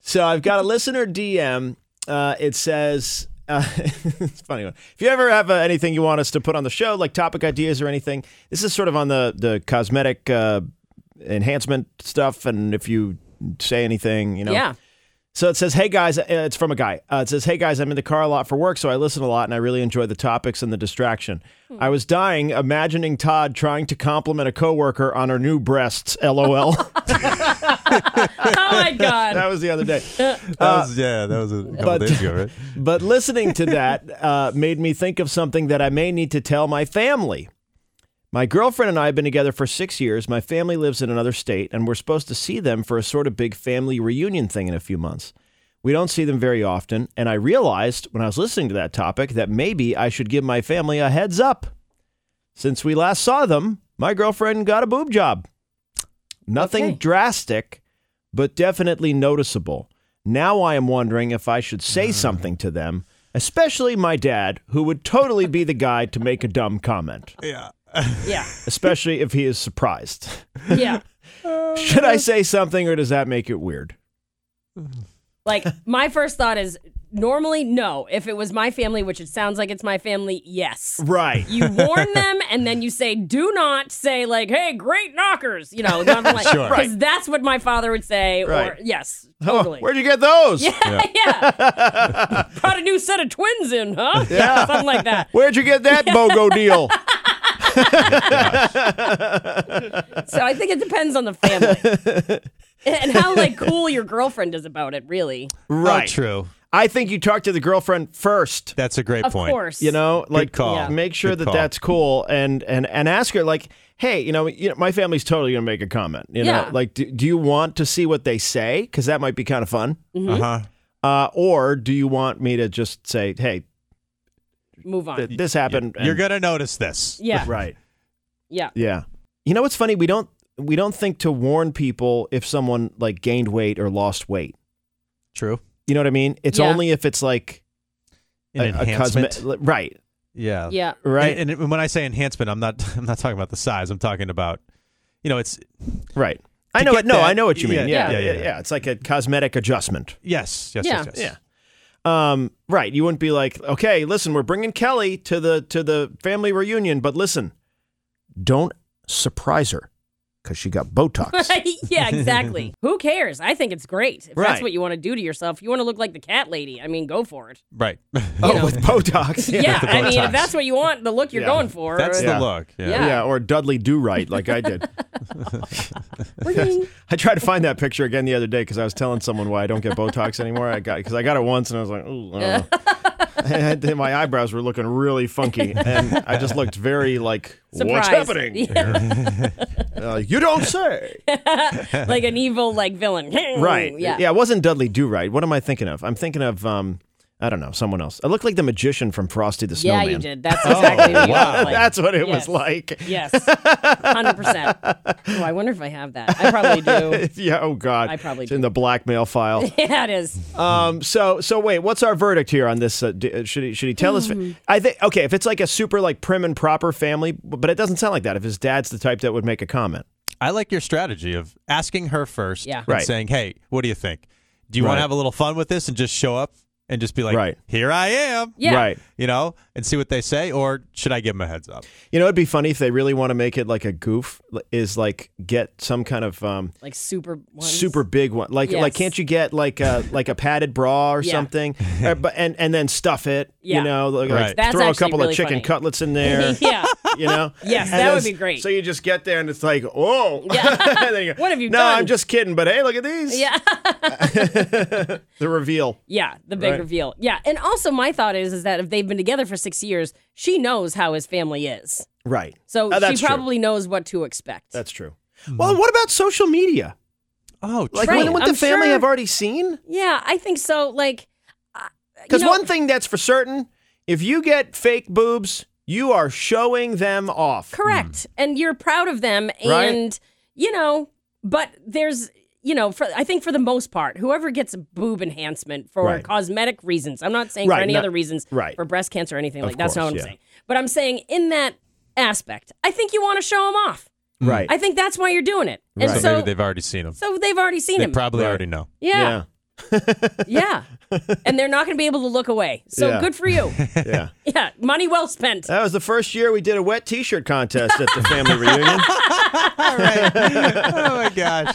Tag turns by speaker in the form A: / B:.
A: So I've got a listener DM. Uh, it says, uh, it's a funny one. If you ever have uh, anything you want us to put on the show, like topic ideas or anything, this is sort of on the the cosmetic uh, enhancement stuff. And if you say anything, you know,
B: Yeah.
A: so it says, "Hey guys," uh, it's from a guy. Uh, it says, "Hey guys, I'm in the car a lot for work, so I listen a lot, and I really enjoy the topics and the distraction. I was dying imagining Todd trying to compliment a coworker on her new breasts. LOL.
B: Oh my
A: that
B: god.
A: was the other day.
B: Uh,
C: That was, yeah, that was a couple
A: but-
C: days ago, right?
A: But listening to that uh, made me think of something that I may need to tell my family. My girlfriend and I have been together for six years. My family lives in another state, and we're supposed to see them for a sort of big family reunion thing in a few months. We don't see them very often, and I realized when I was listening to that topic that maybe I should give my family a heads up. Since we last saw them, my girlfriend got a boob job. Nothing
B: Okay.
A: drastic, but definitely noticeable. Now I am wondering if I should say something to them, especially my dad, who would totally be the guy to make a dumb comment,
C: Yeah.
B: Yeah.
A: especially if he is surprised.
B: Yeah.
A: Should I say something or does that make it weird?
B: Like my first thought is normally no. If it was my family, which it sounds like it's my family, yes.
A: Right.
B: You warn them, and then you say, "Do not say like, hey, great knockers," you know, nothing like,
C: Sure.
B: because that's what my father would say. Or
A: Right.
B: yes,
A: Oh,
B: totally.
A: where'd you get those?
B: yeah, yeah. Brought a new set of twins in, huh? Yeah, something like that.
A: Where'd you get that BOGO deal?
B: So I think it depends on the family and how like cool your girlfriend is about it. Really,
A: Right.
C: Oh, true.
A: I think you talk to the girlfriend first.
C: That's a great
B: of
C: point.
B: course.
A: You know, like
C: call. Yeah.
A: make sure
C: Good
A: that
C: call.
A: that's cool, and and and ask her like, hey, you know, you know, my family's totally gonna make a comment. You
B: Yeah.
A: know, like, do, do you want to see what they say? Because that might be kind of fun.
B: Mm-hmm.
C: Uh huh.
A: Uh, or do you want me to just say, hey,
B: move on.
A: th- this happened?
C: You're
A: and-
C: gonna notice this.
B: yeah,
A: right?
B: yeah,
A: Yeah. You know what's funny? We don't we don't think to warn people if someone like gained weight or lost weight.
C: True.
A: You know what I mean? It's
B: Yeah.
A: only if it's like
C: An
A: a, a
C: enhancement.
A: cosme- right,
C: yeah.
B: yeah.
A: right,
C: And, and when I say enhancement, I'm not. I'm not talking about the size. I'm talking about, you know, it's
A: right. I
C: To
A: know
C: get
A: it. No,
C: that-
A: I know what you
C: yeah,
A: mean. Yeah yeah,
C: yeah, yeah,
A: yeah,
C: yeah.
A: It's like a cosmetic adjustment.
C: yes, yes,
B: Yeah.
C: yes, yes.
A: Yeah. Um, right. You wouldn't be like, okay, listen, we're bringing Kelly to the to the family reunion, but listen, don't surprise her because she got Botox.
B: yeah, exactly. Who cares? I think it's great. If
A: Right.
B: that's what you want to do to yourself, you want to look like the cat lady. I mean, go for it.
C: Right.
A: oh,
B: know.
A: with Botox.
B: Yeah,
C: the
B: I mean,
C: Botox.
B: if that's what you want, the look you're
A: Yeah.
B: going for.
C: That's
A: Yeah.
C: the look. Yeah.
A: yeah, or Dudley Do Right, like I did.
B: Ring.
A: I tried to find that picture again the other day because I was telling someone why I don't get Botox anymore. I got because I got it once and I was like, ooh, I don't know. And then my eyebrows were looking really funky, and I just looked very like, what's
B: Surprised.
A: happening?
B: Yeah.
A: Uh, you don't say.
B: like an evil like villain.
A: right?
B: Yeah.
A: yeah. It wasn't Dudley Do Right. What am I thinking of? I'm thinking of um, I don't know, someone else. I look like the magician from Frosty the
B: Yeah,
A: Snowman.
B: you did. That's exactly what you look like.
A: That's what it was
B: Yes.
A: like.
B: Yes, hundred percent. Oh, I wonder if I have that. I probably do.
A: Yeah. Oh God.
B: I probably
A: it's in the blackmail file.
B: Yeah, it is.
A: Um. So so wait. What's our verdict here on this? Uh, d- uh, should he should he tell us?
B: Mm-hmm.
A: I think okay. If it's like a super like prim and proper family, but it doesn't sound like that. If his dad's the type that would make a comment.
C: I like your strategy of asking her first
B: Yeah.
C: and
A: Right.
C: saying, "Hey, what do you think? Do you want
A: Right.
C: to have a little fun with this and just show up and just be like,
A: Right.
C: here I am,
B: Yeah.
A: Right.
C: you know, and see what they say, or should I give them a heads up?
A: You know, it'd be funny if they really want to make it like a goof. Is like get some kind of um,
B: Like super. Ones.
A: super big one. Like like
B: Yes.
A: can't you get like a like a padded bra or
B: Yeah.
A: something? Uh, but and and then stuff it.
B: Yeah.
A: You know, like,
C: Right.
A: like
B: That's
A: throw a
B: actually
A: couple
B: really
A: of chicken
B: funny.
A: cutlets in there.
B: yeah.
A: You know.
B: Yes,
A: And
B: that would
A: then-
B: be great.
A: So you just get there and it's like, oh, And then you go,
B: What have you
A: no,
B: done?"
A: I'm just kidding. But hey, look at these.
B: Yeah.
A: The reveal.
B: Yeah, the big
A: Right.
B: reveal. Yeah, and also my thought is is that if they've been together for six years, she knows how his family is,
A: Right.
B: so
A: Oh, that's
B: she
A: true.
B: probably knows what to expect.
A: That's true. Well, what about social media?
C: Oh,
A: Like,
B: Right.
A: wouldn't wouldn't
B: I'm
A: the family
B: sure-
A: have already seen?
B: yeah, I think so. Like,
A: Because
B: You know-
A: one thing that's for certain, if you get fake boobs, you are showing them off.
B: correct, and you're proud of them,
A: Hmm. Right.
B: and you know, but there's. You know, for, I think for the most part, whoever gets a boob enhancement for
A: Right.
B: cosmetic reasons, I'm not saying for
A: Right,
B: any
A: not-
B: other reasons,
A: right.
B: for breast cancer or anything like that's not
A: course,
B: what I'm
A: yeah.
B: saying. But I'm saying in that aspect, I think you want to show them off.
A: Right.
B: I think that's why you're doing it. And
A: Right.
C: so,
B: so,
C: maybe they've already seen them.
B: so they've already seen
C: They
B: him.
C: probably
A: Right.
C: already know.
B: Yeah.
A: Yeah.
B: yeah. And they're not going to be able to look away. So
A: Yeah.
B: good for you.
A: Yeah.
B: yeah. Money well spent.
A: That was the first year we did a wet t shirt contest at the family reunion.
C: All right. oh my gosh.